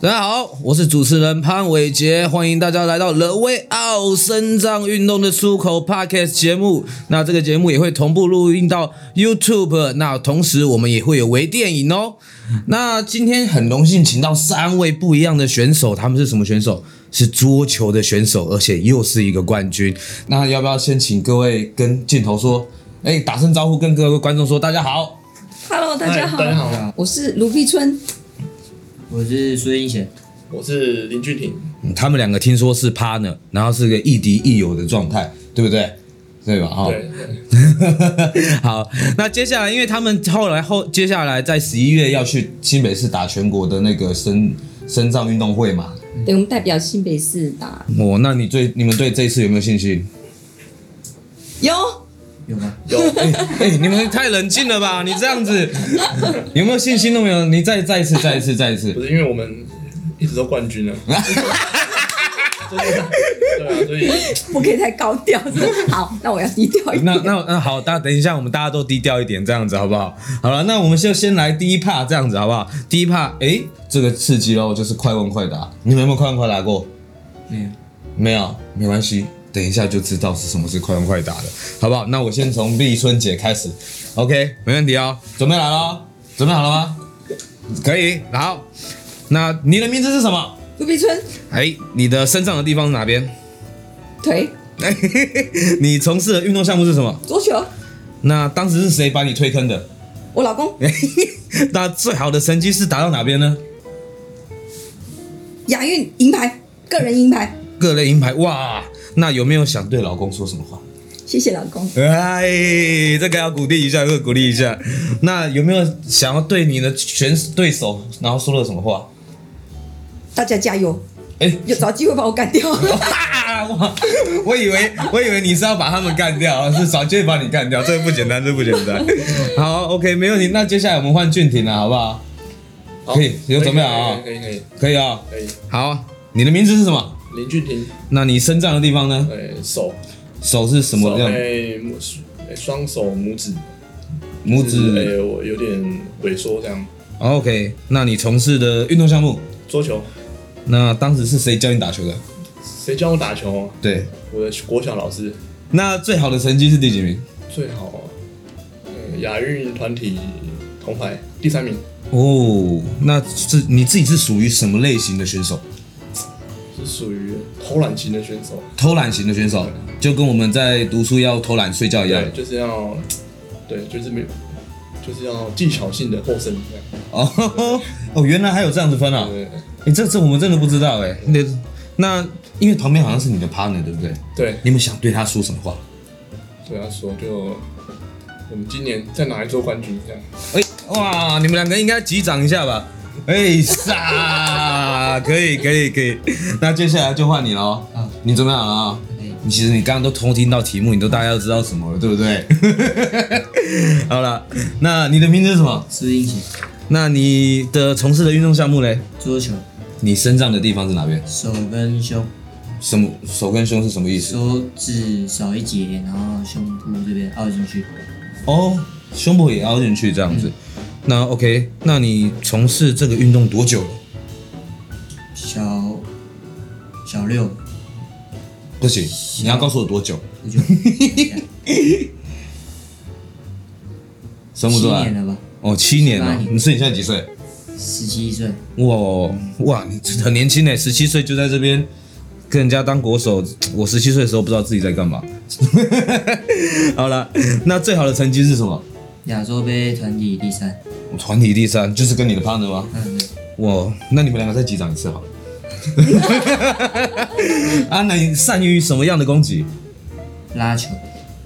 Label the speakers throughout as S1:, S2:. S1: 大家好，我是主持人潘伟杰，欢迎大家来到勒威奥生脏运动的出口 Podcast 节目。那这个节目也会同步录音到 YouTube，那同时我们也会有微电影哦。那今天很荣幸请到三位不一样的选手，他们是什么选手？是桌球的选手，而且又是一个冠军。那要不要先请各位跟镜头说，哎，打声招呼，跟各位观众说大家好。
S2: Hello，大家好，
S3: 嗨大家好
S2: 我是卢碧春，
S4: 我是苏英贤，
S3: 我是林俊廷，
S1: 嗯他们两个听说是 partner，然后是个亦敌亦友的状态，对不对？对吧？哈、
S3: 对，对
S1: 好，那接下来，因为他们后来后接下来在十一月要去新北市打全国的那个深深藏运动会嘛。
S2: 对我们代表新北市打
S1: 哦，那你对你们对这一次有没有信心？
S2: 有
S4: 有吗？
S1: 哎、你们太冷静了吧？你这样子有没有信心都没有？你再再一次，再一次，再一次
S3: 不。是因为我们一直都冠军啊 了，对啊，所以
S2: 不可以太高调，是不是好，那我要低调一点。
S1: 那那那好，大家等一下，我们大家都低调一点，这样子好不好？好了，那我们就先来第一趴，这样子好不好？第一趴，哎、这个刺激喽，就是快问快答。你们有没有快问快答过？
S4: 没有，
S1: 没有，没关系，等一下就知道是什么是快问快答的，好不好？那我先从立春姐开始，OK，没问题哦，准备来了，准备好了吗？可以，好。那你的名字是什么？
S2: 卢碧春
S1: 哎，你的身上的地方是哪边？
S2: 腿
S1: 哎，你从事的运动项目是什么？
S2: 桌球，
S1: 那当时是谁把你推坑的？
S2: 我老
S1: 哎
S2: 公
S1: 那最好的成绩是达到哪边呢？
S2: 亚运银牌，个人银牌，
S1: 各类银牌哇！那有没有想对老公说什么话？
S2: 谢谢老公。
S1: 哎，这个要鼓励一下，这个鼓励一下。那有没有想要对你的选对手，然后说了什么话？
S2: 大家加油，
S1: 哎、
S2: 有找机会把我干掉。
S1: 啊！我我以为我以为你是要把他们干掉，是找机会把你干掉，这个不简单，这个不简单。好，OK，没问题。那接下来我们换俊廷了，好不好？
S3: 好
S1: 可以有准备好啊
S3: 可以可以
S1: 可以啊、
S3: 可以可以，哎
S1: 好，你的名字是什么？
S3: 林俊廷，
S1: 那你生长的地方呢？
S3: 哎，手
S1: 手是什么
S3: 手
S1: 样？
S3: 哎，拇哎双手拇指
S1: 拇
S3: 就是
S1: 指。
S3: 哎，我有点萎缩这样，
S1: OK，那你从事的运动项目，
S3: 桌球，
S1: 那当时是谁教你打球的？
S3: 谁教我打球？啊
S1: 对，
S3: 我的国小老师
S1: 那最好的成绩是第几名？
S3: 最好，呃亚运团体铜牌第三名，
S1: 哦，那是你自己是属于什么类型的选手？
S3: 是属于偷懒型的选手，
S1: 偷懒型的选手，就跟我们在读书要偷懒睡觉一样
S3: 对，。就是要，对，就是没有，就是要技巧性的获胜这样。
S1: 哦 哦，原来还有这样子分啊！
S3: 对
S1: 哎、这次我们真的不知道哎、那那因为旁边好像是你的 partner 对不对？
S3: 对
S1: 你们想对他说什么话？
S3: 对他说就我们今年再拿一座冠军这样。
S1: 哎、哇，你们两个应该击掌一下吧？哎、撒， 可以可以可以。那接下来就换你了哦，你准备好了啊、
S4: 嗯
S1: 你其实你刚刚都偷听到题目，你都大概都知道什么了，对不 对？好了，那你的名字是什么？
S4: 苏英贤，
S1: 那你的从事的运动项目嘞？
S4: 桌球，
S1: 你生长的地方是哪边？
S4: 手跟胸，
S1: 什么手跟胸是什么意思？
S4: 手指少一节，然后胸部这边凹进去，
S1: 哦，胸部也凹进去这样子。那 OK，那你从事这个运动多久了？
S4: 小小六，
S1: 不行，你要告诉我多久？
S4: 我就
S1: 生不
S4: 七
S1: 出
S4: 年
S1: 来。
S4: 了吧，
S1: 哦，七年
S4: 八
S1: 了。
S4: 年
S1: 你是你现在几岁？
S4: 十七岁，
S1: 哇哇，你很年轻哎，十七岁就在这边跟人家当国手。我十七岁的时候不知道自己在干嘛。 好了，那最好的成绩是什么？
S4: 亚洲杯团体第三，
S1: 我团体第三，就是跟你的 partner 吗？
S4: 嗯，对
S1: 哇，那你们两个再击掌一次好了。 啊，那你善于什么样的攻击？
S4: 拉球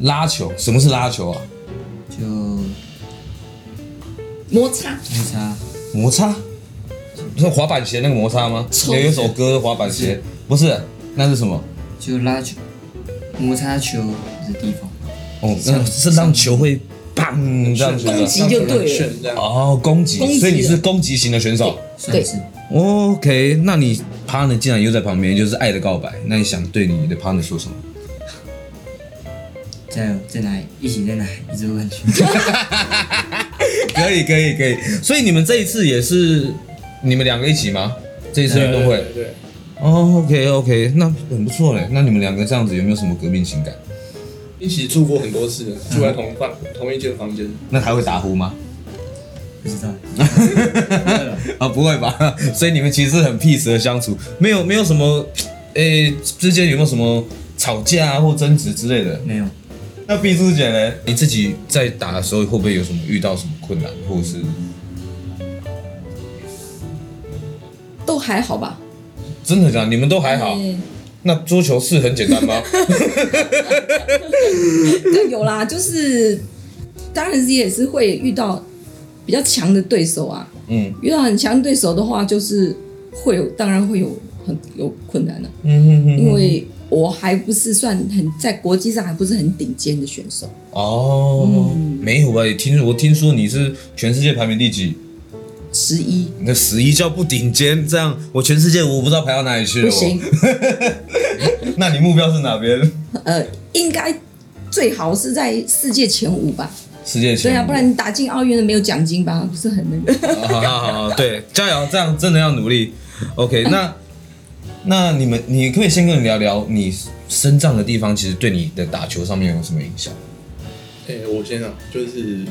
S1: 拉球，什么是拉球啊？
S4: 就摩
S2: 摩擦，
S4: 擦，
S1: 摩擦，是滑板鞋那个摩擦吗？
S2: 臭
S1: 有一首歌滑板鞋，不是，那是什么？
S4: 就拉球，摩擦球的地方，
S1: 哦，那是让球会砰这样子
S2: 攻
S1: 的。
S2: 击就对了
S3: 很炫这样。
S1: 哦，攻击，
S2: 攻击
S1: 所以你是攻击型的选手。
S4: 算是
S1: OK，那你 partner 竟然又在旁边，就是爱的告白。那你想对你的 partner 说什么？
S4: 再再来一起再来一座冠军，
S1: 可以，可以，可以。所以你们这一次也是你们两个一起吗？这一次运动会
S3: 对，对，
S1: 哦，OK OK，那很不错嘞。那你们两个这样子有没有什么革命情感？
S3: 一起住过很多次，住在同房同一间房间，
S1: 那他会打呼吗？
S4: 不知道，
S1: 啊，不会吧？所以你们其实很 peace 的相处，没有没有什么，诶、之间有没有什么吵架啊或争执之类的？
S4: 没有，
S1: 那毕书姐呢？你自己在打的时候会不会有什么遇到什么困难，或者是
S2: 都还好吧？
S1: 真的假的？你们都还好？
S2: 嗯
S1: 那桌球是很简单 吗？
S2: 对，有啦，就是当然是也是会遇到比较强的对手啊。
S1: 嗯
S2: 遇到很强的对手的话，就是会有，当然会有很有困难了、
S1: 嗯嗯嗯
S2: 因为我还不是算很在国际上还不是很顶尖的选手，
S1: 哦，
S2: 嗯
S1: 没有吧？也听我听说你是全世界排名第几？
S2: 十一
S1: 你的十一叫不顶尖，这样我全世界我不知道排到哪里去了。
S2: 不行，
S1: 我。那你目标是哪边？
S2: 呃，应该最好是在世界前五吧？
S1: 世界前
S2: 对
S1: 五。
S2: 啊，不然你打进奥运的没有奖金吧，不是很那个。
S1: 哦好好好好，对，加油，这样真的要努力。OK，那那你们，你可以先跟我聊聊你身障的地方，其实对你的打球上面有什么影响？
S3: 哎、我先啊，就是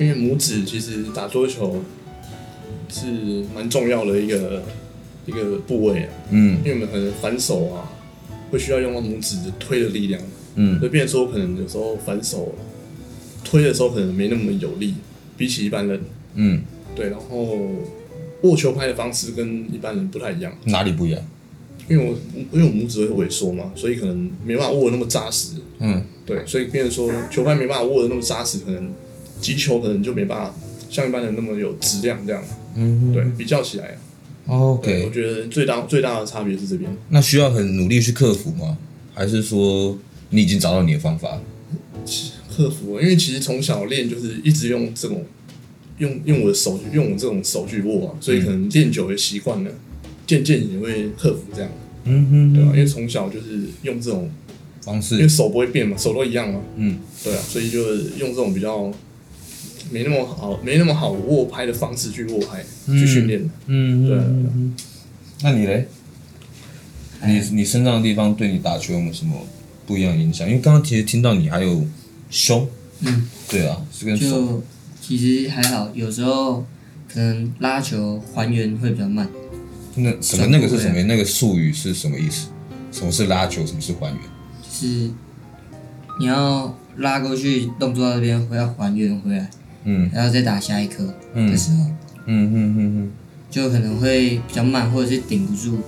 S3: 因为拇指其实打桌球是蛮重要的一个一个部位、啊，
S1: 嗯
S3: 因为我们可能反手啊，会需要用到拇指推的力量，
S1: 嗯
S3: 就变成说可能有时候反手推的时候可能没那么有力，比起一般人，
S1: 嗯，
S3: 对，然后握球拍的方式跟一般人不太一样，
S1: 哪里不一样？
S3: 因为我因为我拇指会萎缩嘛，所以可能没办法握的那么扎实，
S1: 嗯
S3: 对，所以变成说球拍没办法握的那么扎实，可能击球可能就没办法像一般人那么有质量这样。
S1: 嗯
S3: 对，比较起来，对，我
S1: ，OK，
S3: 觉得最大最大的差别是这边，
S1: 那需要很努力去克服吗？还是说你已经找到你的方法？
S3: 克服，因为其实从小练就是一直用这种用用我的手去用我这种手去握啊，所以可能练久也习惯了，渐渐也会克服这样，
S1: 嗯哼
S3: 对吧、因为从小就是用这种，
S1: 方
S3: 因为
S1: 式，
S3: 手不会变嘛，手都一样嘛，
S1: 嗯
S3: 对啊，所以就是用这种比较没那么好没那么好握拍的方式去握拍、去训练。
S1: 嗯
S3: 对啊对啊
S1: 那你嘞？你你身上的地方对你打球有没有什么不一样的影响？因为刚刚其实听到你还有胸，
S4: 嗯，
S1: 对啊，是跟手，
S4: 就其实还好，有时候可能拉球还原会比较慢，
S1: 那什么
S4: 转
S1: 那个是
S4: 部位
S1: 什么？那个术语是什么意思？什么是拉球？什么是还原？
S4: 就是你要拉过去，动作到这边，回要还原回来，
S1: 嗯
S4: 然后再打下一颗
S1: 嗯
S4: 的时候，
S1: 嗯嗯嗯
S4: 就可能会比较慢，或者是顶不住，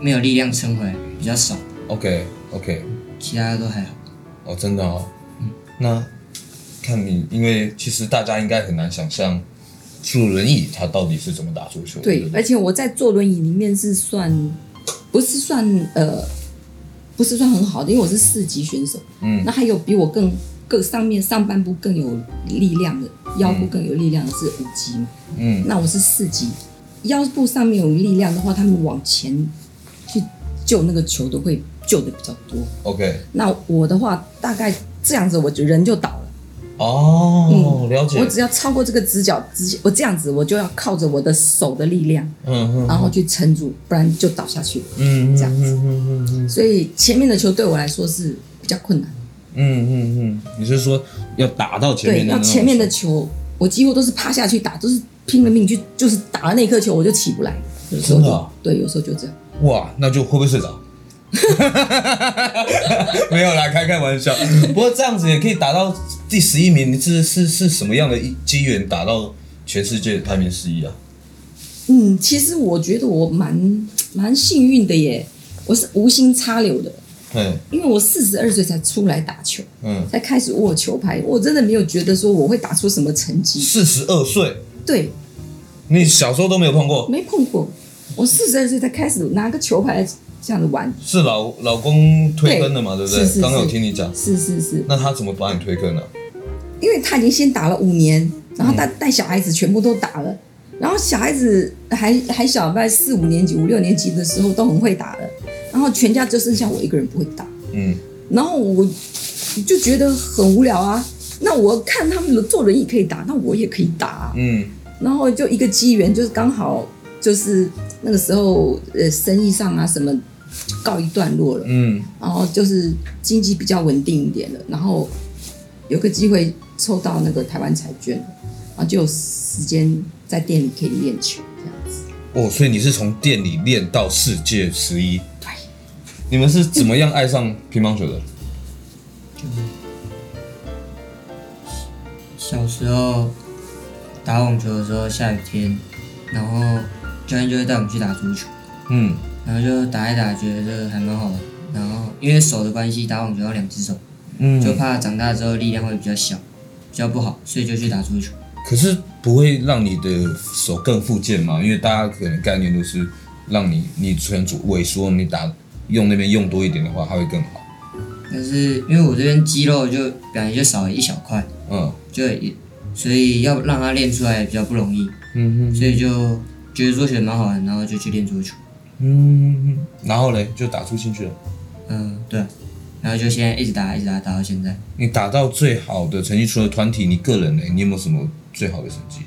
S4: 没有力量撑回来，比较少，
S1: 嗯，OK OK，
S4: 其他的都还好。
S1: 哦，真的哦。那看你，因为其实大家应该很难想象坐轮椅他到底是怎么打足球的。
S2: 对，而且我在坐轮椅里面是算不是算呃不是算很好的，因为我是四级选手。
S1: 嗯
S2: 那还有比我更更上面上半部更有力量的腰部更有力量的是五级嘛？
S1: 嗯
S2: 那我是四级，腰部上面有力量的话，他们往前去救那个球都会救的比较多。
S1: ，OK，
S2: 那我的话大概这样子，我就人就倒了。
S1: 哦，了解
S2: 我。只要超过这个直角直，我这样子我就要靠着我的手的力量，
S1: 嗯嗯
S2: 然后去撑住，不然就倒下去。
S1: 嗯，
S2: 这样子
S1: 嗯嗯嗯
S2: 所以前面的球对我来说是比较困难。
S1: 嗯嗯嗯，你是说要打到前
S2: 对，
S1: 面的
S2: 要
S1: 那种
S2: 前面的
S1: 球
S2: 球，我几乎都是趴下去打，都是拼了命去，就是打了那一颗球我就起不来，有时候
S1: 真的
S2: 就
S1: 啊
S2: 对，有时候就这样。
S1: 哇，那就会不会睡着？ 没有啦，开开玩笑。不过这样子也可以打到第十一名，你这是是什么样的一机缘打到全世界排名十一啊？
S2: 嗯，其实我觉得我蛮蛮幸运的耶，我是无心插柳的，
S1: 嗯
S2: 因为我四十二岁才出来打球，
S1: 嗯，
S2: 才开始握球拍，我真的没有觉得说我会打出什么成绩，
S1: 四十二岁，
S2: 对，
S1: 你小时候都没有碰过，
S2: 没碰过。我四十二岁才开始拿个球拍这样子玩，
S1: 是老老公推
S2: 对
S1: 坑的嘛，对不对
S2: 是？是
S1: 刚刚有
S2: 是
S1: 听你讲，
S2: 是是是，
S1: 那他怎么把你推坑呢、
S2: 因为他已经先打了五年，然后带带小孩子全部都打了，然后小孩子还还小，在四五年级、五六年级的时候都很会打了，然后全家就剩下我一个人不会打，
S1: 嗯
S2: 然后我就觉得很无聊啊。那我看他们坐轮椅可以打，那我也可以打啊、
S1: 嗯
S2: 然后就一个机缘，就是刚好就是那个时候呃生意上啊什么告一段落了，
S1: 嗯
S2: 然后就是经济比较稳定一点了，然后有个机会抽到那个台湾彩券，然后就有时间在店里可以练球这样子。
S1: 哦，所以你是从店里练到世界十一
S2: 对，
S1: 你们是怎么样爱上乒乓球的？
S4: 小时候打网球的时候，下雨天，然后教练就会带我们去打足球，
S1: 嗯，
S4: 然后就打一打，觉得这还蛮好玩。然后因为手的关系，打网球要两只手，
S1: 嗯
S4: 就怕长大之后力量会比较小，比较不好，所以就去打足球。
S1: 可是不会让你的手更复健嘛？因为大家可能概念都是让你你全组萎缩，你打用那边用多一点的话，它会更好。
S4: 但是因为我这边肌肉就本来就少了一小块，
S1: 嗯
S4: 就也所以要让它练出来比较不容易，
S1: 嗯
S4: 所以就觉得桌球也蛮好玩，然后就去练桌球。
S1: 嗯，然后嘞就打出兴趣了。
S4: 嗯，对啊、然后就现在一直打，一直打，打到现在。
S1: 你打到最好的成绩，除了团体，你个人呢？你有没有什么最好的成绩？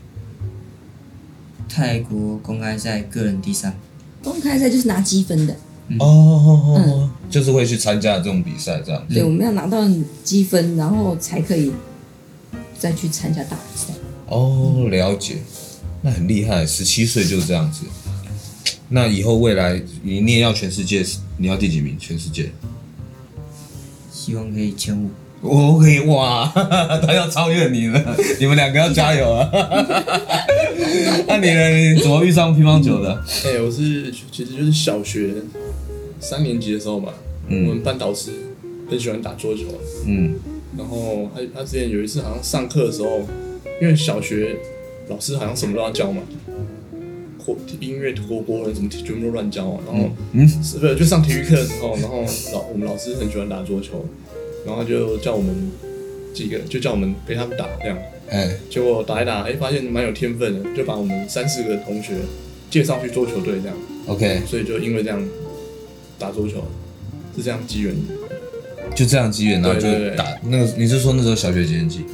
S4: 泰国公开赛个人第三，
S2: 公开赛就是拿积分的，
S1: 哦哦哦，就是会去参加这种比赛这样。
S2: 对，我们要拿到积分，然后才可以再去参加大比赛。
S1: 哦，了解，那很厉害，十七岁就这样子。那以后未来你你也要全世界，你要第几名？全世界？
S4: 希望可以前五。
S1: 我可以哇， 他要超越你了，你们两个要加油啊！那你呢？你怎么遇上乒乓球的？
S3: 哎、 我是其实就是小学三年级的时候吧，
S1: 嗯
S3: 我们班导师很喜欢打桌球，啊
S1: 嗯
S3: 然后他他之前有一次好像上课的时候，因为小学老师好像什么都要教嘛，国音乐、国国文什么全部都乱教啊，然后
S1: 嗯，
S3: 是不是就上体育课的时候，然后老我们老师很喜欢打桌球，然后他就叫我们几个就叫我们陪他们打这样，
S1: 哎，
S3: 结果打一打，哎、发现蛮有天分的，就把我们三四个同学介绍去桌球队这样。
S1: OK，
S3: 所以就因为这样打桌球是这样机缘，
S1: 就这样机缘，然后就
S3: 对对对
S1: 打那个，你是说那时候小学几年级？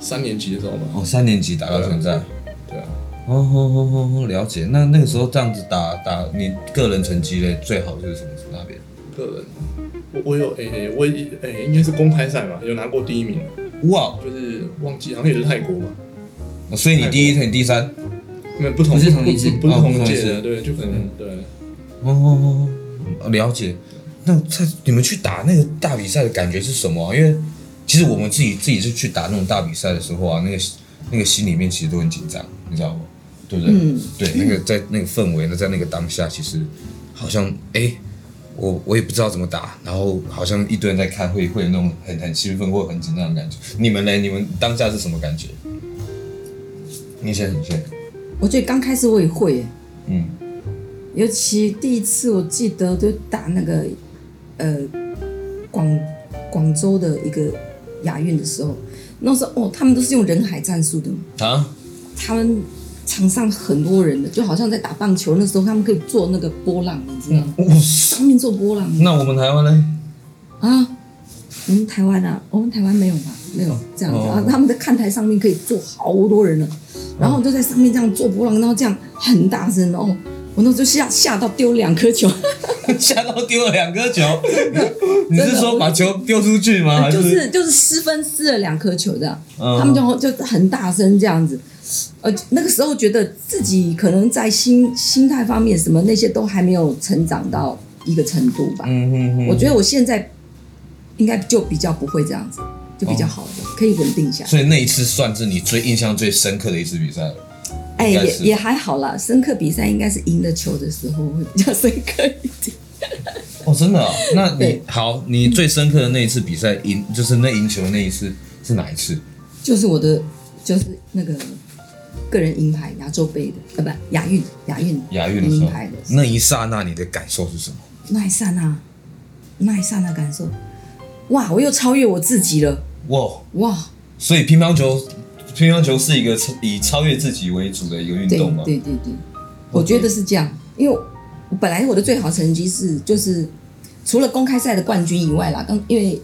S3: 三年级的时候吧，
S1: 哦，三年级打到现在。
S3: 对啊，
S1: 哦哦哦哦，了解。那那个时候这样子打打，你个人成绩嘞最好就是什么那边？
S3: 个人我我有诶、诶我诶、应该是公开赛嘛，有拿过第一名，
S1: 哇，哦
S3: 就是忘记好像也是泰国嘛，
S1: 所以你第一，你第三。
S3: 没有不同
S4: 不是同一次
S3: 不不是
S1: 哦
S3: 同
S1: 不同一
S3: 届
S1: 次
S3: 的，对，就可能对，
S1: 哦哦哦，了解。那在你们去打那个大比赛的感觉是什么啊、因为其实我们自己自己是去打那种大比赛的时候啊，那个那个心里面其实都很紧张，你知道吗？对不对？
S2: 嗯
S1: 对，那个在那个氛围，那在那个当下，其实好像哎、我我也不知道怎么打，然后好像一堆人在看，会会有那种很很兴奋或很紧张的感觉。你们嘞？你们当下是什么感觉？你先，你先，
S2: 我觉得刚开始我也会耶，
S1: 嗯，
S2: 尤其第一次我记得就打那个呃广广州的一个亚运的时候，那时候哦，他们都是用人海战术的嘛，
S1: 啊，
S2: 他们场上很多人的，就好像在打棒球那时候，他们可以做那个波浪，你知道吗？
S1: 哇塞
S2: 上面做波浪
S1: 嗯那我们台湾嘞？
S2: 啊。我们台湾啊，我们台湾没有吧？没有这样子啊
S1: 哦，
S2: 他们在看台上面可以坐好多人呢，然后就在上面这样做波浪，然后这样很大声哦，我那时候就吓吓到丢两颗球。
S1: 吓到丢了两颗 球。你是说把球丢出去吗？还
S2: 就是就是失分失了两颗球这样，
S1: 啊嗯
S2: 他们就就很大声这样子，呃，那个时候觉得自己可能在心心态方面什么那些都还没有成长到一个程度吧。
S1: 嗯嗯嗯。
S2: 我觉得我现在应该就比较不会这样子，就
S1: 哦
S2: 比较好的，可以稳定下来。
S1: 所以那一次算是你最印象最深刻的一次比赛了。
S2: 哎，
S1: 应该
S2: 也
S1: 是
S2: 也还好啦。深刻比赛应该是赢了球的时候会比较 深刻一点。
S1: 哦，真的、哦？那你
S2: 对
S1: 好，你最深刻的那一次比赛赢，就是那赢球那一次是哪一次？
S2: 就是我的就是那个个人银牌亚洲杯的，呃，不亚运亚运
S1: 亚运的时
S2: 银
S1: 候
S2: 牌的，
S1: 那一刹那你的感受是什么？
S2: 那一刹那，那一刹那感受，哇，我又超越我自己了，
S1: 哇！
S2: 哇，
S1: 所以乒乓球，乒乓球是一个以超越自己为主的一个运
S2: 对
S1: 动吗？
S2: 对对对，我觉得是这样，因为我本来我的最好成绩是就是除了公开赛的冠军以外啦，刚因为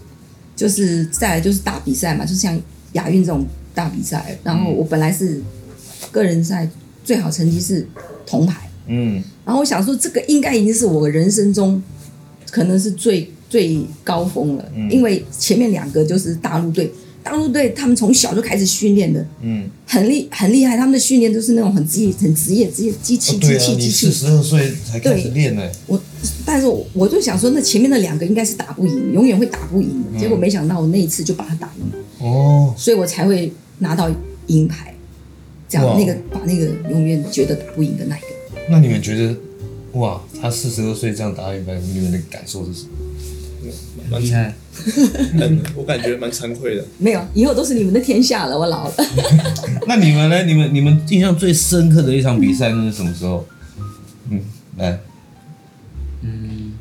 S2: 就是再来就是大比赛嘛，就像亚运这种大比赛，然后我本来是个人赛最好成绩是铜牌，
S5: 嗯
S2: 然后我想说，这个应该已经是我人生中可能是最最高峰了，
S5: 嗯
S2: 因为前面两个就是大陆队，大陆队他们从小就开始训练的，
S5: 嗯，
S1: 哦
S2: 很厉很厉害，他们的训练都是那种很职业、很职业、职业机器、
S1: 对啊，
S2: 机器、
S1: 你
S2: 机
S1: 四
S2: 器。
S1: 十二岁才开始练呢、
S2: 我，但是我我就想说，那前面那两个应该是打不赢，永远会打不赢
S1: 嗯
S2: 的。结果没想到我那一次就把他打赢，
S1: 哦，
S2: 所以我才会拿到银牌。这样
S1: 哇
S2: 那个把那个永远觉得打不赢的那一个，
S1: 那你们觉得，哇，他四十二岁这样打一百，你们的感受是什么？
S3: 蛮
S4: 厉害，
S3: 蛮我感觉蛮惭愧的。
S2: 没有，以后都是你们的天下了。我老了。
S1: 那你们呢？你们你们印象最深刻的一场比赛那是什么时候？嗯，来，
S4: 嗯，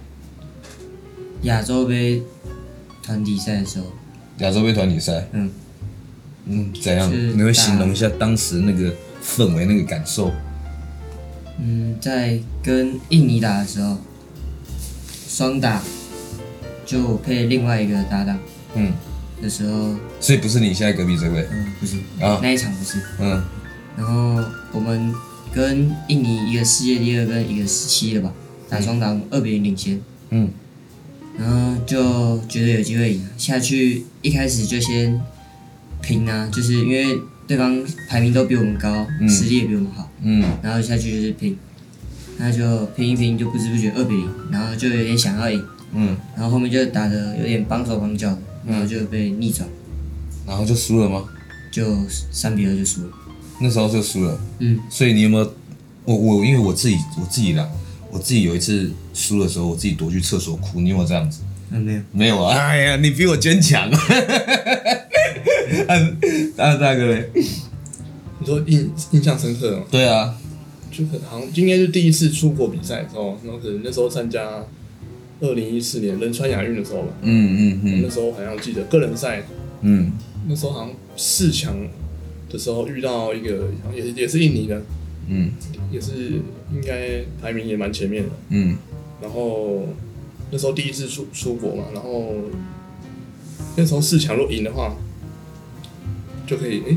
S4: 亚洲杯团体赛的时候，
S1: 亚洲杯团体赛，
S4: 嗯，
S1: 嗯，怎样？
S4: 是
S1: 你会形容一下当时那个氛围、那个感受？
S4: 嗯，在跟印尼打的时候，双打就我配另外一个搭档
S1: 嗯，
S4: 的时候，
S1: 所以不是你现在隔壁这位，
S4: 嗯，不是
S1: 啊
S4: 那一场不是，
S1: 嗯
S4: 然后我们跟印尼一个世界第二跟一个十七的吧，打双打我们二比零领先，
S1: 嗯
S4: 然后就觉得有机会赢啊，下去一开始就先平啊，就是因为对方排名都比我们高，
S1: 嗯
S4: 实力也比我们好，
S1: 嗯
S4: 然后下去就是拼，那就拼一拼，就不知不觉二比零，然后就有点想要赢，
S1: 嗯，
S4: 然后后面就打得有点绑手绑脚的，然后就被逆转，
S1: 然后就输了吗？
S4: 就三比二就输了。
S1: 那时候就输了。
S4: 嗯，
S1: 所以你有没有？我我因为我自己我自己啦，我自己有一次输的时候，我自己躲去厕所哭。你有没有这样子？
S4: 那没有，
S1: 没有啊！哎呀，你比我坚 强。啊啊，大哥嘞？
S3: 你说印印象深刻吗？哦
S1: 对啊，
S3: 就可能好像应该是第一次出国比赛的时候，然后可能那时候参加二零一四年仁川亚运的时候吧，
S1: 嗯嗯
S3: 那时候好像记得个人赛，
S1: 嗯嗯
S3: 那时候好像四强的时候遇到一个好像也是也是印尼的，
S1: 嗯
S3: 也是应该排名也蛮前面的，
S1: 嗯
S3: 然后那时候第一次出出国嘛，然后那时候四强若赢的话，就可以诶，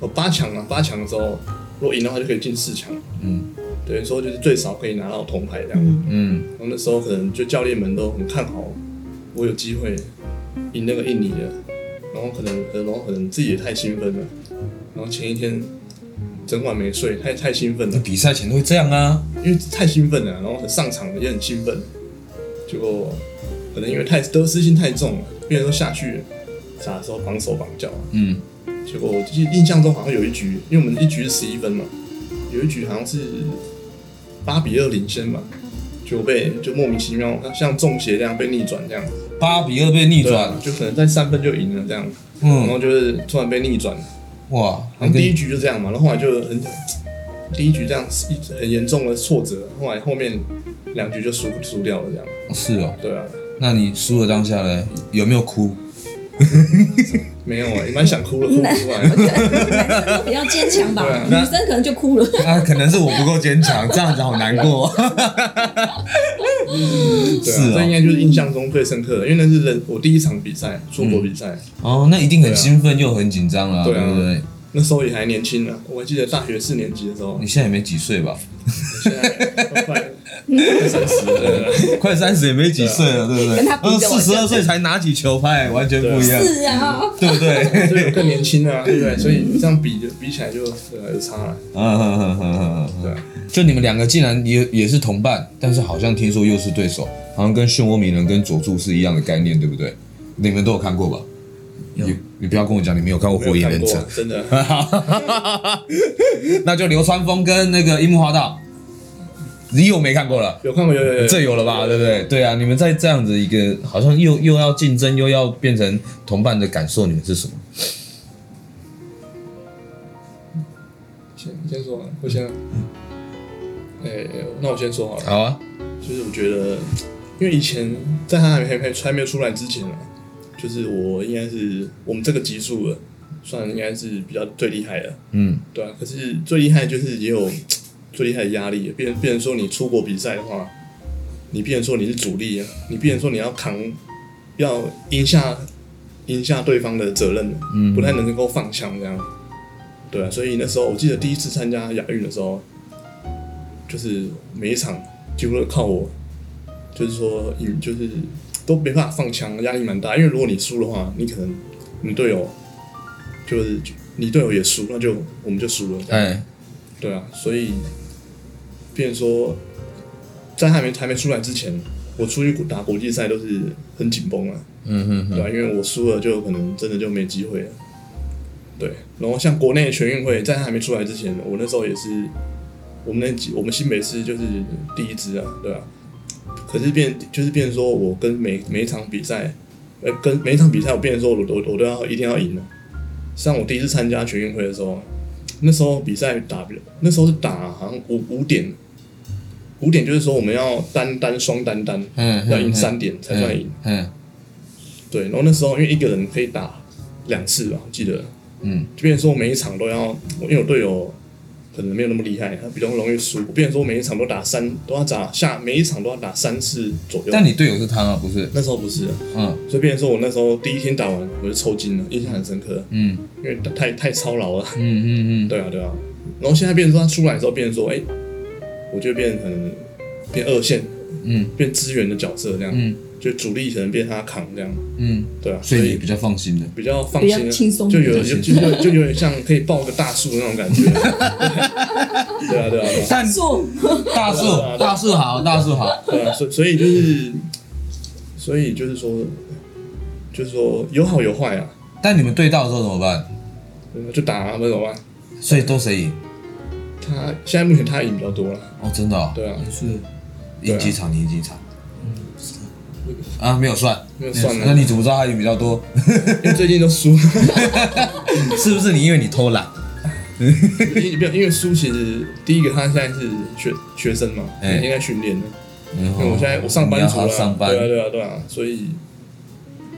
S3: 哦八强啊，八强的时候若赢的话就可以进四强，
S1: 嗯
S3: 等于说就是最少可以拿到铜牌这样。
S2: 嗯，
S1: 嗯
S3: 然后那时候可能就教练们都很看好我有机会赢那个印尼的，然后可能可能然后可能自己也太兴奋了，然后前一天整晚没睡，太太兴奋了
S1: 那，比赛前都会这样啊。
S3: 因为太兴奋了，然后很上场也很兴奋，结果可能因为太得失心太重了，变成说下去啥时候绑手绑脚，啊
S1: 嗯
S3: 结果我记得印象中好像有一局，因为我们一局是十一分嘛，有一局好像是八比二领先嘛，就被就莫名其妙像中邪这样被逆转这样，
S1: 八比二被逆
S3: 对啊
S1: 转，，
S3: 就可能在三分就赢了这样，然后
S1: 嗯，
S3: 就是突然被逆转，
S1: 哇，
S3: 然后第一局就这样嘛，然后后来就很第一局这样一直很严重的挫折，后来后面两局就输输掉了这样，
S1: 是哦。
S3: 对啊，
S1: 那你输了当下嘞，有没有哭？
S3: 没有 啊、也蛮想哭的，哭不出 来，啊
S2: 男生都比较坚强吧，女
S1: 啊那
S2: 生可能就哭了。
S1: 啊，可能是我不够坚 强，这样子好难过。
S3: 对
S1: 是
S3: 啊
S1: 哦，
S3: 这应该就是印象中最深刻的，因为那是人我第一场比赛，出国比赛。
S1: 哦，那一定很兴奋又很紧张啊，
S3: 对
S1: 对
S3: 啊
S1: 不对？
S3: 那时候也还年轻呢，我还记得大学四年级的时候
S1: 你，现在也没几岁吧？
S3: 现在都 快快三十 了，啊
S1: 快三十也没几岁了，对不啊
S2: 跟他
S1: 对？
S2: 比着
S1: 四
S2: 我
S1: 十二岁才拿起球拍，完全不一样，
S2: 是啊，
S1: 对不对？
S3: 所以更年轻了啊，对不对？所以这样比就比起来就对啊有差了，
S1: 嗯嗯嗯嗯嗯
S3: 对啊
S1: 嗯。就你们两个竟然也也是同伴，但是好像听说又是对手，好像跟漩涡鸣人跟佐助是一样的概念，对不对？你们都有看过吧？
S4: 有
S1: 你你不要跟我讲你没有看过《火
S3: 没
S1: 影
S3: 有
S1: 忍
S3: 看过
S1: 者
S3: 啊，》真的。
S1: 那就流川枫跟那个樱木花道，你有没看过了？
S3: 有看过有有有，
S1: 这有了吧，对不对？对啊，你们在这样子一个好像又又要竞争又要变成同伴的感受，你们是什么？
S3: 先先说啊，我先啊。哎、那我先说好了，
S1: 好啊，
S3: 就是我觉得，因为以前在他还没还还没有出来之前啊，就是我应该是我们这个级数了，算应该是比较最厉害的。
S1: 嗯
S3: 对啊，可是最厉害就是也有最厉害的压力，变变成说你出国比赛的话，你变成说你是主力啊，你变成说你要扛，要赢下赢下对方的责任，
S1: 嗯
S3: 不太能够放枪这样。对啊，所以那时候我记得第一次参加亚运的时候，就是每一场几乎都靠我，就是说赢，就是都没办法放枪，压力蛮大。因为如果你输的话，你可能你队友就是你队友也输，那就我们就输了。
S1: 哎，
S3: 对啊，所以，变成说，在还没还没出来之前，我出去打国际赛都是很紧绷啊，
S1: 嗯哼
S3: 对
S1: 哼，
S3: 吧、因为我输了就可能真的就没机会了。对，然后像国内的全运会，在还没出来之前，我那时候也是，我们那几我们新北市就是第一支啊，对啊。可是变就是变成说我跟每每一场比赛，呃，跟每一场比赛我变成说我我我都要一定要赢了。像我第一次参加全运会的时候，那时候比赛打比，那时候是打好像五五点，五点就是说我们要单单双单单，
S1: 嗯嗯
S3: 要赢
S1: 嗯
S3: 三点才算赢。
S1: 嗯
S3: 对，然后那时候因为一个人可以打两次吧，我记得，
S1: 嗯，
S3: 就变成说每一场都要，因为我队友可能没有那么厉害，他比较容易输，变成说每一场都打三，都要打下每一场都要打三次左右。
S1: 但你队友是他吗？不是，
S3: 那时候不是啊，
S1: 嗯
S3: 所以变成说我那时候第一天打完我就抽筋了，印象很深刻，
S1: 嗯
S3: 因为太太操劳了。
S1: 嗯嗯嗯，
S3: 对啊，对啊。然后现在变成说他出来的时候，变成说，哎、我就变成变二线，
S1: 嗯，
S3: 变支援的角色这样，
S1: 嗯，
S3: 就主力可能变他扛这样，
S1: 嗯，
S3: 对啊，
S1: 所
S3: 所
S1: 以你
S3: 以
S1: 比较放心的。
S3: 比较放心啊，
S2: 比较轻松
S3: 就有
S1: 比较
S3: 就
S1: 轻
S3: 就就就有点像可以抱个大树的那种感觉， 对啊，对啊，对啊，
S1: 但
S2: 做
S1: 大树
S3: 对啊对啊，
S1: 大树好，大树好。
S3: 对啊，所所以就是，所以就是说，就是说有好有坏啊，
S1: 但你们对到的时候怎么办？
S3: 就打啊，不然怎么办？
S1: 所以都谁赢？
S3: 他现在目前他赢比较多了，
S1: 哦，真的哦，
S3: 对啊，
S4: 也是
S1: 赢几场你赢几场。啊，没有算，
S3: 没有算啊
S1: 那你怎么知道他赢比较 多？
S3: 因为最近都输了。
S1: 是不是你因为你偷懒？
S3: 因为因为苏其实第一个他现在是学学生嘛，
S1: 哎
S3: 应该训练的。
S1: 因
S3: 因为我现在我上班族
S1: 好
S3: 了，
S1: 好上班
S3: 对。啊对啊对啊，所以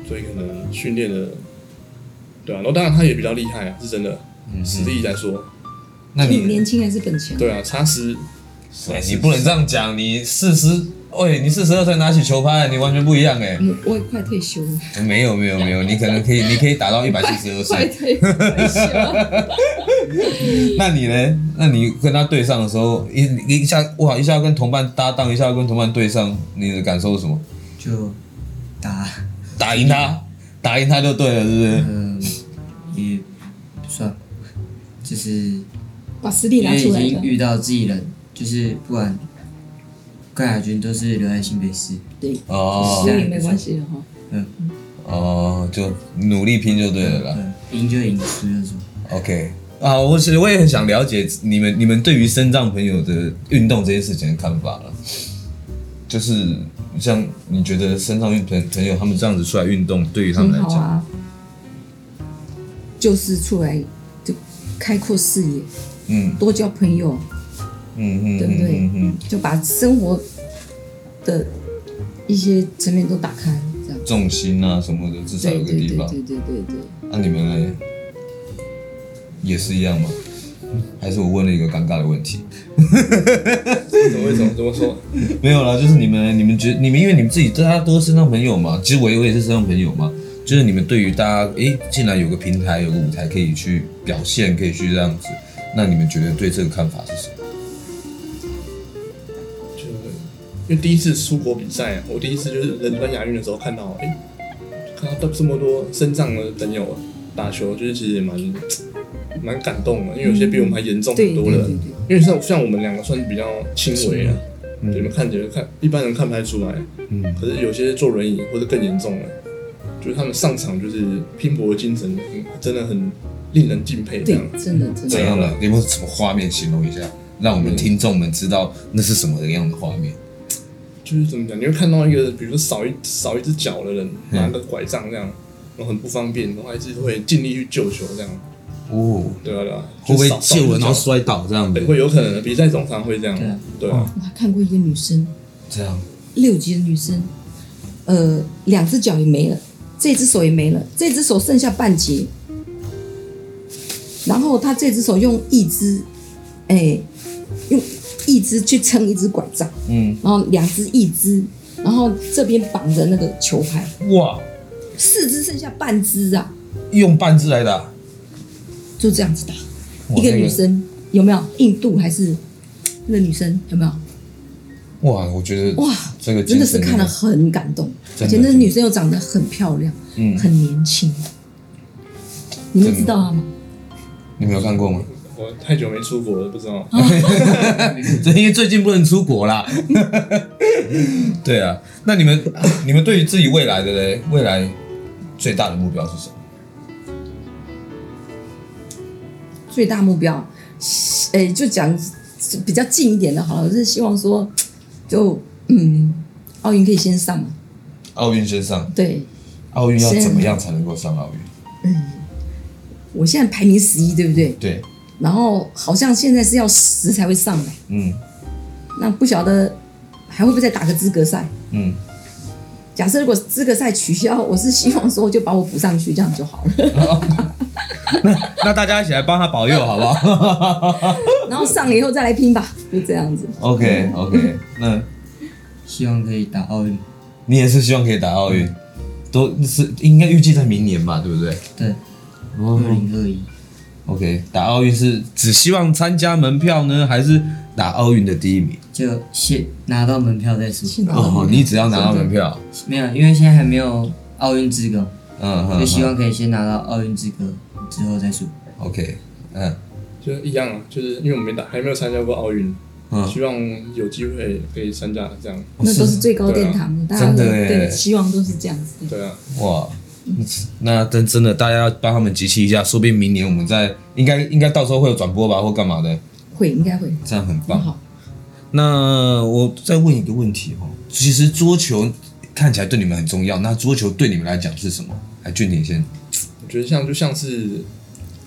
S3: 所以可能训练的，对啊，然后当然他也比较厉害啊，是真的，
S1: 嗯
S3: 实力来说，
S1: 那
S2: 你
S1: 你
S2: 年轻还是本钱？
S3: 对啊，差十
S1: 哎你不能这样讲，你四十，喂，你四十二岁拿起球拍，你完全不一样哎。
S2: 嗯，我也快退休了，
S1: 没有没有没有，你可能可以，你可以打到一百四十二岁。
S2: 快退退休。
S1: 那你呢？那你跟他对上的时候，一一下哇，一下要跟同伴搭档，一下要跟同伴对上，你的感受是什么？
S4: 就打，
S1: 打赢他，打赢他就对了，是不是？
S4: 嗯、也不算，就是
S2: 把实力
S4: 因
S2: 拿
S4: 为
S2: 出
S4: 已
S2: 来
S4: 经
S2: 了，
S4: 遇到自己人，就是不管冠亚军都是留在新北市，
S2: 对，
S1: 哦
S2: 输也没关系了哈。
S4: 嗯，
S1: 哦，就努力拼就对了
S2: 嗯
S1: 啦。
S4: 对，赢就赢，输就输。
S1: OK，啊，我是我也很想了解你们你们对于身障朋友的运动这件事情的看法了。就是像你觉得身障运朋朋友他们这样子出来运动，对于他们
S2: 很
S1: 来
S2: 好
S1: 讲，
S2: 啊，就是出来就开阔视野，
S1: 嗯
S2: 多交朋友，
S1: 嗯嗯
S2: 对不对
S1: 嗯嗯，
S2: 就把生活的一些层面都打开，这样。
S1: 重心啊什么的，至少有
S2: 对
S1: 个
S2: 对
S1: 地
S2: 对
S1: 方。
S2: 对对对对，
S1: 那、你们呢？也是一样吗？还是我问了一个尴尬的问题？
S3: 怎么会怎么怎么说？
S1: 没有啦，就是你们，你们觉你们因为你们自己大家都是身上朋友嘛，其实我也我也是身上朋友嘛，就是你们对于大家，诶，竟然有个平台，有个舞台可以去表现，可以去这样子，那你们觉得对这个看法是什么？
S3: 就因为第一次出国比赛、啊，我第一次就是仁川亚运的时候看到，哎、看到这么多身障的朋友、啊、打球，就是其实也蛮蛮感动的，因为有些比我们还严重很
S2: 对
S3: 多
S2: 对
S3: 的。
S2: 对对，
S3: 因为像像我们两个算是比较轻微啊，你们看起来看一般人看不太出来，
S1: 嗯
S3: 可是有些坐轮椅或者更严重了，就是他们上场就是拼搏的精神，嗯真的很令人敬佩这样。
S2: 对，真的真
S3: 啊
S1: 怎
S2: 的
S1: 样的？有没有什么画面形容一下，让我们听众们知道那是什么样的画面？
S3: 就是怎么讲，你会看到一个比如说少一少一只脚的人拿个拐杖这样，然后很不方便，然后还是会尽力去救球这样，
S1: 哦，
S3: 对啊对啊，
S1: 会不会
S3: 就是少
S1: 救了然后？
S3: 少一只脚
S1: 摔倒这样
S3: 对
S1: 子？
S3: 会有可能的比赛通常会这样
S4: 对啊，
S3: 对啊，
S2: 我还看过一个女生，
S1: 这样，
S2: 六级的女生，呃，两只脚也没了，这只手也没了，这只手剩下半截，然后她这只手用一只，哎，用一只去撑一只拐杖，
S1: 嗯，
S2: 然后两只一只，然后这边绑着那个球拍，
S1: 哇，
S2: 四只剩下半只啊，
S1: 用半只来打，
S2: 就这样子打。
S1: 哇
S2: 一个
S1: 那
S2: 女生有没有？印度还是那个女生有没有？
S1: 哇，我觉得
S2: 哇
S1: 这个
S2: 真
S1: 精
S2: 的是
S1: 神
S2: 看了很感动，
S1: 真的
S2: 而且那个女生又长得很漂亮，
S1: 嗯
S2: 很年轻。你们知道她吗？
S1: 你没有看过吗？
S3: 我太久没出国了，不知道。
S1: 对，因为 最近不能出国啦。 对啊，那你们你们对于自己未来的嘞，未来最大的目标是什么？
S2: 最大目标，诶、就讲比较近一点的好了，就是希望说，就嗯，奥运可以先上嘛，
S1: 奥运先上，
S2: 对
S1: 奥运要怎么样才能够上奥运？
S2: 我现在排名十一，对不对？
S1: 对，
S2: 然后好像现在是要十才会上来，
S1: 嗯
S2: 那不晓得还会不会再打个资格赛？
S1: 嗯，
S2: 假设如果资格赛取消，我是希望说就把我补上去，这样就好了。
S1: 那大家一起来帮他保佑好不 好
S2: 然后上了以后再来拼吧，就这样子。
S1: 哦？OK OK，那
S4: 希望可以打奥运。
S1: 你也是希望可以打奥运，都是应该预计在明年吧，对不对？
S4: 对，二
S1: 嗯
S4: 零二一
S1: OK，打奥运是只希望参加门票呢，还是打奥运的第一名？
S4: 就先拿到门票再说。
S1: 哦，你只要拿到门票，
S4: 没有，因为现在还没有奥运资格，
S1: 嗯嗯，
S4: 就
S1: 嗯
S4: 希望可以先拿到奥运资格之后再说。
S1: OK，嗯
S3: 就一样啊，就是因为我没打，还没有参加过奥运，
S1: 嗯，
S3: 希望有机会可以参加这样。
S2: 那都是最高殿堂，大家
S1: 啊真的
S2: 都
S1: 耶
S2: 对希望都是这样子。
S3: 对啊，
S1: 哇，那真真的，大家要帮他们集气一下，说不定明年我们在应该应该到时候会有转播吧，或干嘛的，
S2: 会应该会
S1: 这样很
S2: 很
S1: 棒。
S2: 好。
S1: 那我再问一个问题哦，其实桌球看起来对你们很重要，那桌球对你们来讲是什么？来，俊廷先，
S3: 我觉得像就像是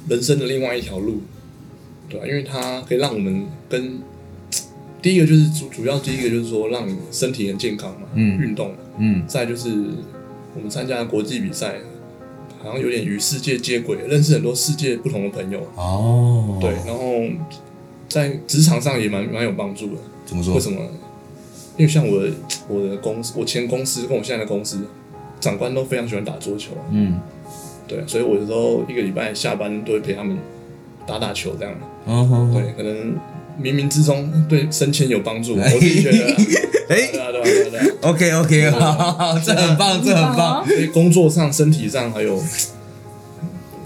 S3: 人生的另外一条路，对啊吧、因为它可以让我们跟第一个就是主主要第一个就是说让身体很健康嘛，
S1: 嗯
S3: 运动嘛，
S1: 嗯
S3: 再就是我们参加国际比赛，好像有点与世界接轨，认识很多世界不同的朋友，
S1: 哦，
S3: 对，然后在职场上也蛮蛮有帮助的。
S1: 怎么说
S3: 为？什么呢？因为像我的我的公司，我前公司跟我现在的公司，长官都非常喜欢打桌球，啊
S1: 嗯，
S3: 对啊，所以我有时候一个礼拜下班都会陪他们打打球，这样，
S1: 哦吼吼
S3: 对，可能冥冥之中对升迁有帮助，我自己觉得啊，
S1: 哎
S3: 对啊，对啊，对啊对啊，
S1: ，OK OK，好， 这很棒，这很棒，
S3: 所以工作上、身体上还有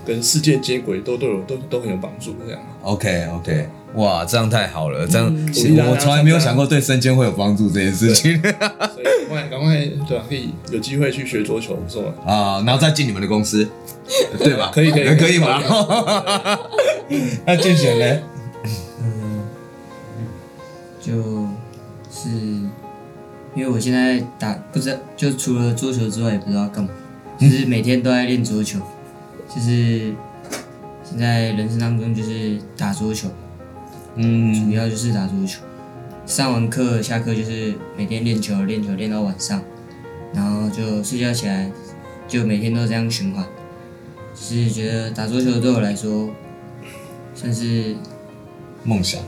S3: 跟世界接轨，都对我都都很有帮助，这样。
S1: OK OK，哇，这样太好了，这样
S3: 鼓励大家
S1: 我从来没有想过对升迁会有帮助这件事情
S3: 所以赶快赶快对吧、啊可以有机会去学桌球，不错啊。
S1: 啊，然后再进你们的公 司，对吧？
S3: 可以可以
S1: 可以吗？ 那竞选呢？
S4: 就是因为我现在打不知道，就除了桌球之外也不知道干嘛，就是每天都在练桌球，就是现在人生当中就是打桌球，主
S1: 嗯，
S4: 要就是打桌球。上完课下课就是每天练球，练球练到晚上，然后就睡觉起来，就每天都这样循环。就是觉得打桌球对我来说，算是
S1: 梦想，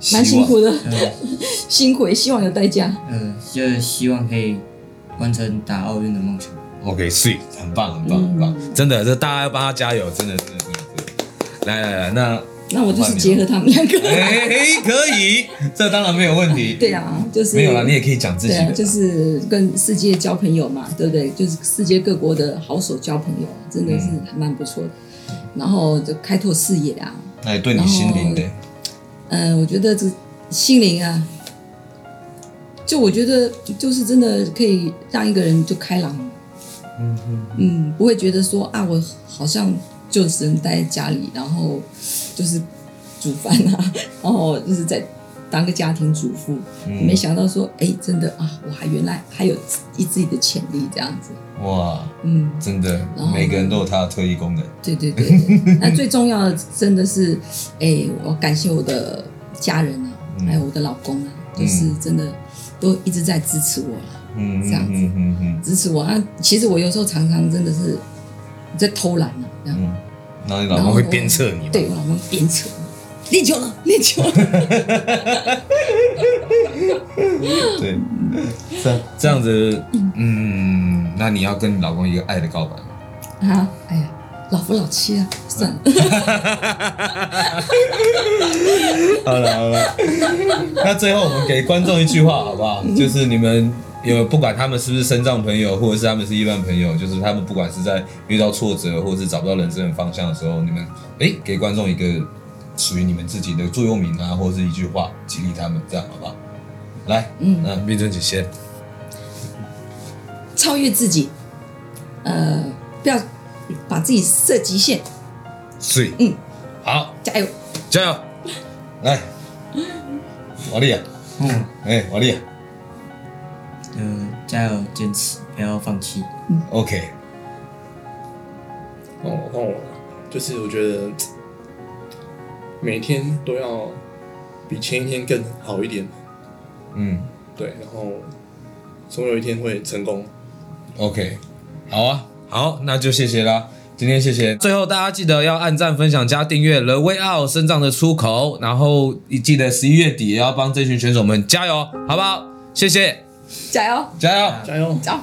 S1: 希望嗯
S2: 蛮辛苦的，
S4: 呃
S2: 辛苦也希望有代价。
S4: 呃，就是希望可以完成打奥运的梦想。
S1: OK，sweet，很棒，很棒，
S2: 嗯
S1: 很棒，真的，这大家要帮他加油，真的，真的，真的，真的来来来，那
S2: 那我就是结合他们两个。
S1: 哎，可以，这当然没有问题，
S2: 对啊，就是
S1: 没有啦，你也可以讲自己
S2: 对啊，
S1: 的，
S2: 就是跟世界交朋友嘛，对不对？就是世界各国的好手交朋友，真
S1: 嗯
S2: 的是还蛮不错的。然后就开拓视野啊，
S1: 那哎也对你心灵的，
S2: 嗯，我觉得这心灵啊，就我觉得就是真的可以让一个人就开朗，嗯不会觉得说啊，我好像就只能待在家里，然后就是煮饭啊， 然后就是在当个家庭主妇，没想到说，哎，真的啊，我还原来还有一自己的潜力这样子，
S1: 哇，
S2: 嗯，
S1: 真的，每个人都有他的特异功能。
S2: 对对 对对，那最重要的真的是，哎，我感谢我的家人啊，
S1: 嗯
S2: 还有我的老公啊，就是真的都一直在支持我啊，
S1: 嗯
S2: 这样子
S1: 嗯嗯嗯
S2: 支持我啊。其实我有时候常常真的是在偷懒啊，这样。
S1: 嗯，然后你老公会鞭策你吗？
S2: 对我老公鞭策我，练球了，练 球了。
S1: 对，这这样子，嗯，那你要跟你老公一个爱的告白吗？
S2: 啊，哎呀，老夫老妻啊，算了。
S1: 好了好了，那最后我们给观众一句话好不好？ 就是你们有不管他们是不是身障朋友，或者是他们是一般朋友，就是他们不管是在遇到挫折，或者是找不到人生的方向的时候，你们哎、给观众一个属于你们自己的座右铭啊，或者是一句话激励他们，这样好不好？来，嗯，那冰尊姐先，
S2: 超越自己，呃，不要把自己设极限，
S1: 水，
S2: 嗯，
S1: 好，
S2: 加油！
S1: 加油，来，瓦力啊，
S4: 嗯，
S1: 哎、瓦力啊
S4: 呃，加油，坚持，不要放弃。
S1: ，OK，
S3: 哦，换我了，就是我觉得每天都要比前一天更好一点，
S1: 嗯。
S3: 对，然后总有一天会成功。
S1: OK，好啊，好，那就谢谢啦。今天谢谢，
S6: 最后大家记得要按赞、分享、加订阅《The Way Out 生长的出口》，然后记得十一月底也要帮这群选手们加油，好不好？谢谢，
S2: 加油！
S1: 加油！
S3: 加油！
S2: 加油！